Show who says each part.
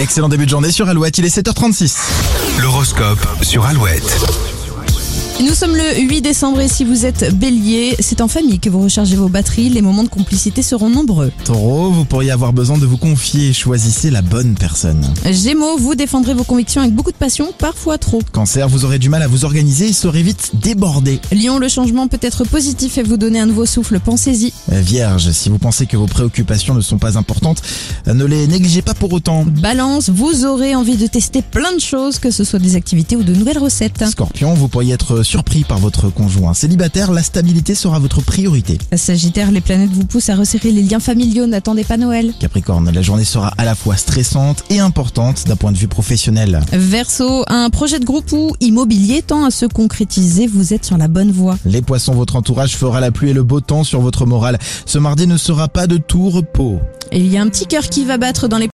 Speaker 1: Excellent début de journée sur Alouette, il est 7h36.
Speaker 2: L'horoscope sur Alouette.
Speaker 3: Nous sommes le 8 décembre et si vous êtes bélier, c'est en famille que vous rechargez vos batteries, les moments de complicité seront nombreux.
Speaker 1: Taureau, vous pourriez avoir besoin de vous confier, choisissez la bonne personne.
Speaker 3: Gémeaux, vous défendrez vos convictions avec beaucoup de passion, parfois trop.
Speaker 1: Cancer, vous aurez du mal à vous organiser et serez vite débordé.
Speaker 3: Lion, le changement peut être positif et vous donner un nouveau souffle, pensez-y.
Speaker 1: Euh, Vierge, si vous pensez que vos préoccupations ne sont pas importantes, euh, ne les négligez pas pour autant.
Speaker 3: Balance, vous aurez envie de tester plein de choses, que ce soit des activités ou de nouvelles recettes.
Speaker 1: Scorpion, vous pourriez être surpris par votre conjoint. Célibataire, la stabilité sera votre priorité.
Speaker 3: Sagittaire, les planètes vous poussent à resserrer les liens familiaux, n'attendez pas Noël.
Speaker 1: Capricorne, la journée sera à la fois stressante et importante d'un point de vue professionnel.
Speaker 3: Verseau, un projet de groupe ou immobilier tend à se concrétiser, vous êtes sur la bonne voie.
Speaker 1: Les poissons, votre entourage fera la pluie et le beau temps sur votre morale. Ce mardi ne sera pas de tout repos.
Speaker 3: Et il y a un petit cœur qui va battre dans les